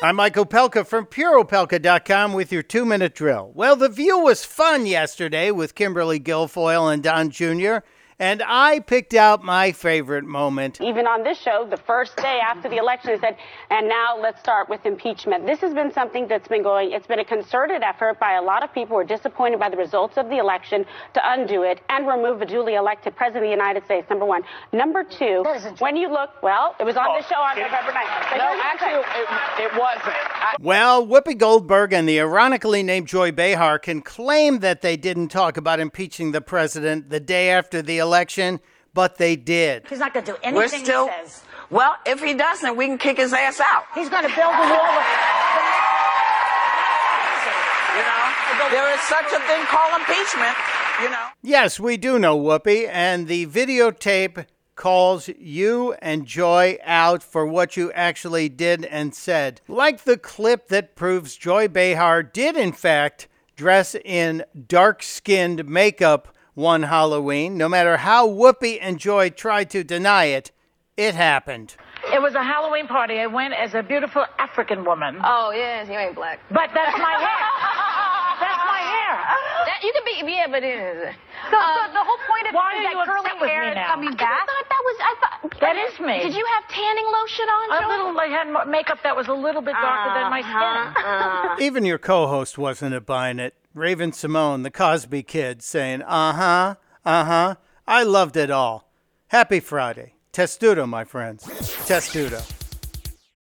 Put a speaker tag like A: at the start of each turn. A: I'm Michael Pelka from PuroPelka.com with your two minute drill. Well, the view was fun yesterday with Kimberly Guilfoyle and Don Jr., and I picked out my favorite moment.
B: Even on this show, the first day after the election, they said, and now let's start with impeachment. This has been something that's been going, it's been a concerted effort by a lot of people who are disappointed by the results of the election to undo it and remove a duly elected president of the United States, number one. Number two, when you look, well, it was on the show on November 9th. But
C: No,
B: here's the
C: actually,
B: thing.
C: it, it wasn't. I,
A: Well, Whoopi Goldberg and the ironically named Joy Behar can claim that they didn't talk about impeaching the president the day after the election, but they did.
D: He's not going to do anything
C: we're still.
D: he says.
C: Well, if he doesn't, we can kick his ass out.
D: He's going to build a wall. Of-
C: You know, there is such a thing called impeachment. You know.
A: Yes, we do know Whoopi, and the videotape calls you and Joy out for what you actually did and said. Like the clip that proves Joy Behar did, in fact, dress in dark skinned makeup one Halloween. No matter how Whoopi and Joy tried to deny it, it happened.
E: It was a Halloween party. I went as a beautiful African woman.
F: Oh yes, you ain't black.
E: But that's my hair. That's my hair.
F: That, you could be, yeah, but it is. So, so the whole point of
E: Why
F: it
E: are
F: is
E: you
F: that curly
E: upset with
F: hair
E: me
F: is
E: now?
F: coming back. I thought that was. I thought
E: That is me.
F: Did you have tanning lotion on?
E: A
F: Joy?
E: little, I had mo- makeup that was a little bit darker than my
F: Uh-huh.
E: skin.
A: Even your co host wasn't a buying it. Raven Simone, the Cosby kid, saying, uh huh, uh huh. I loved it all. Happy Friday. Testudo, my friends. Testudo.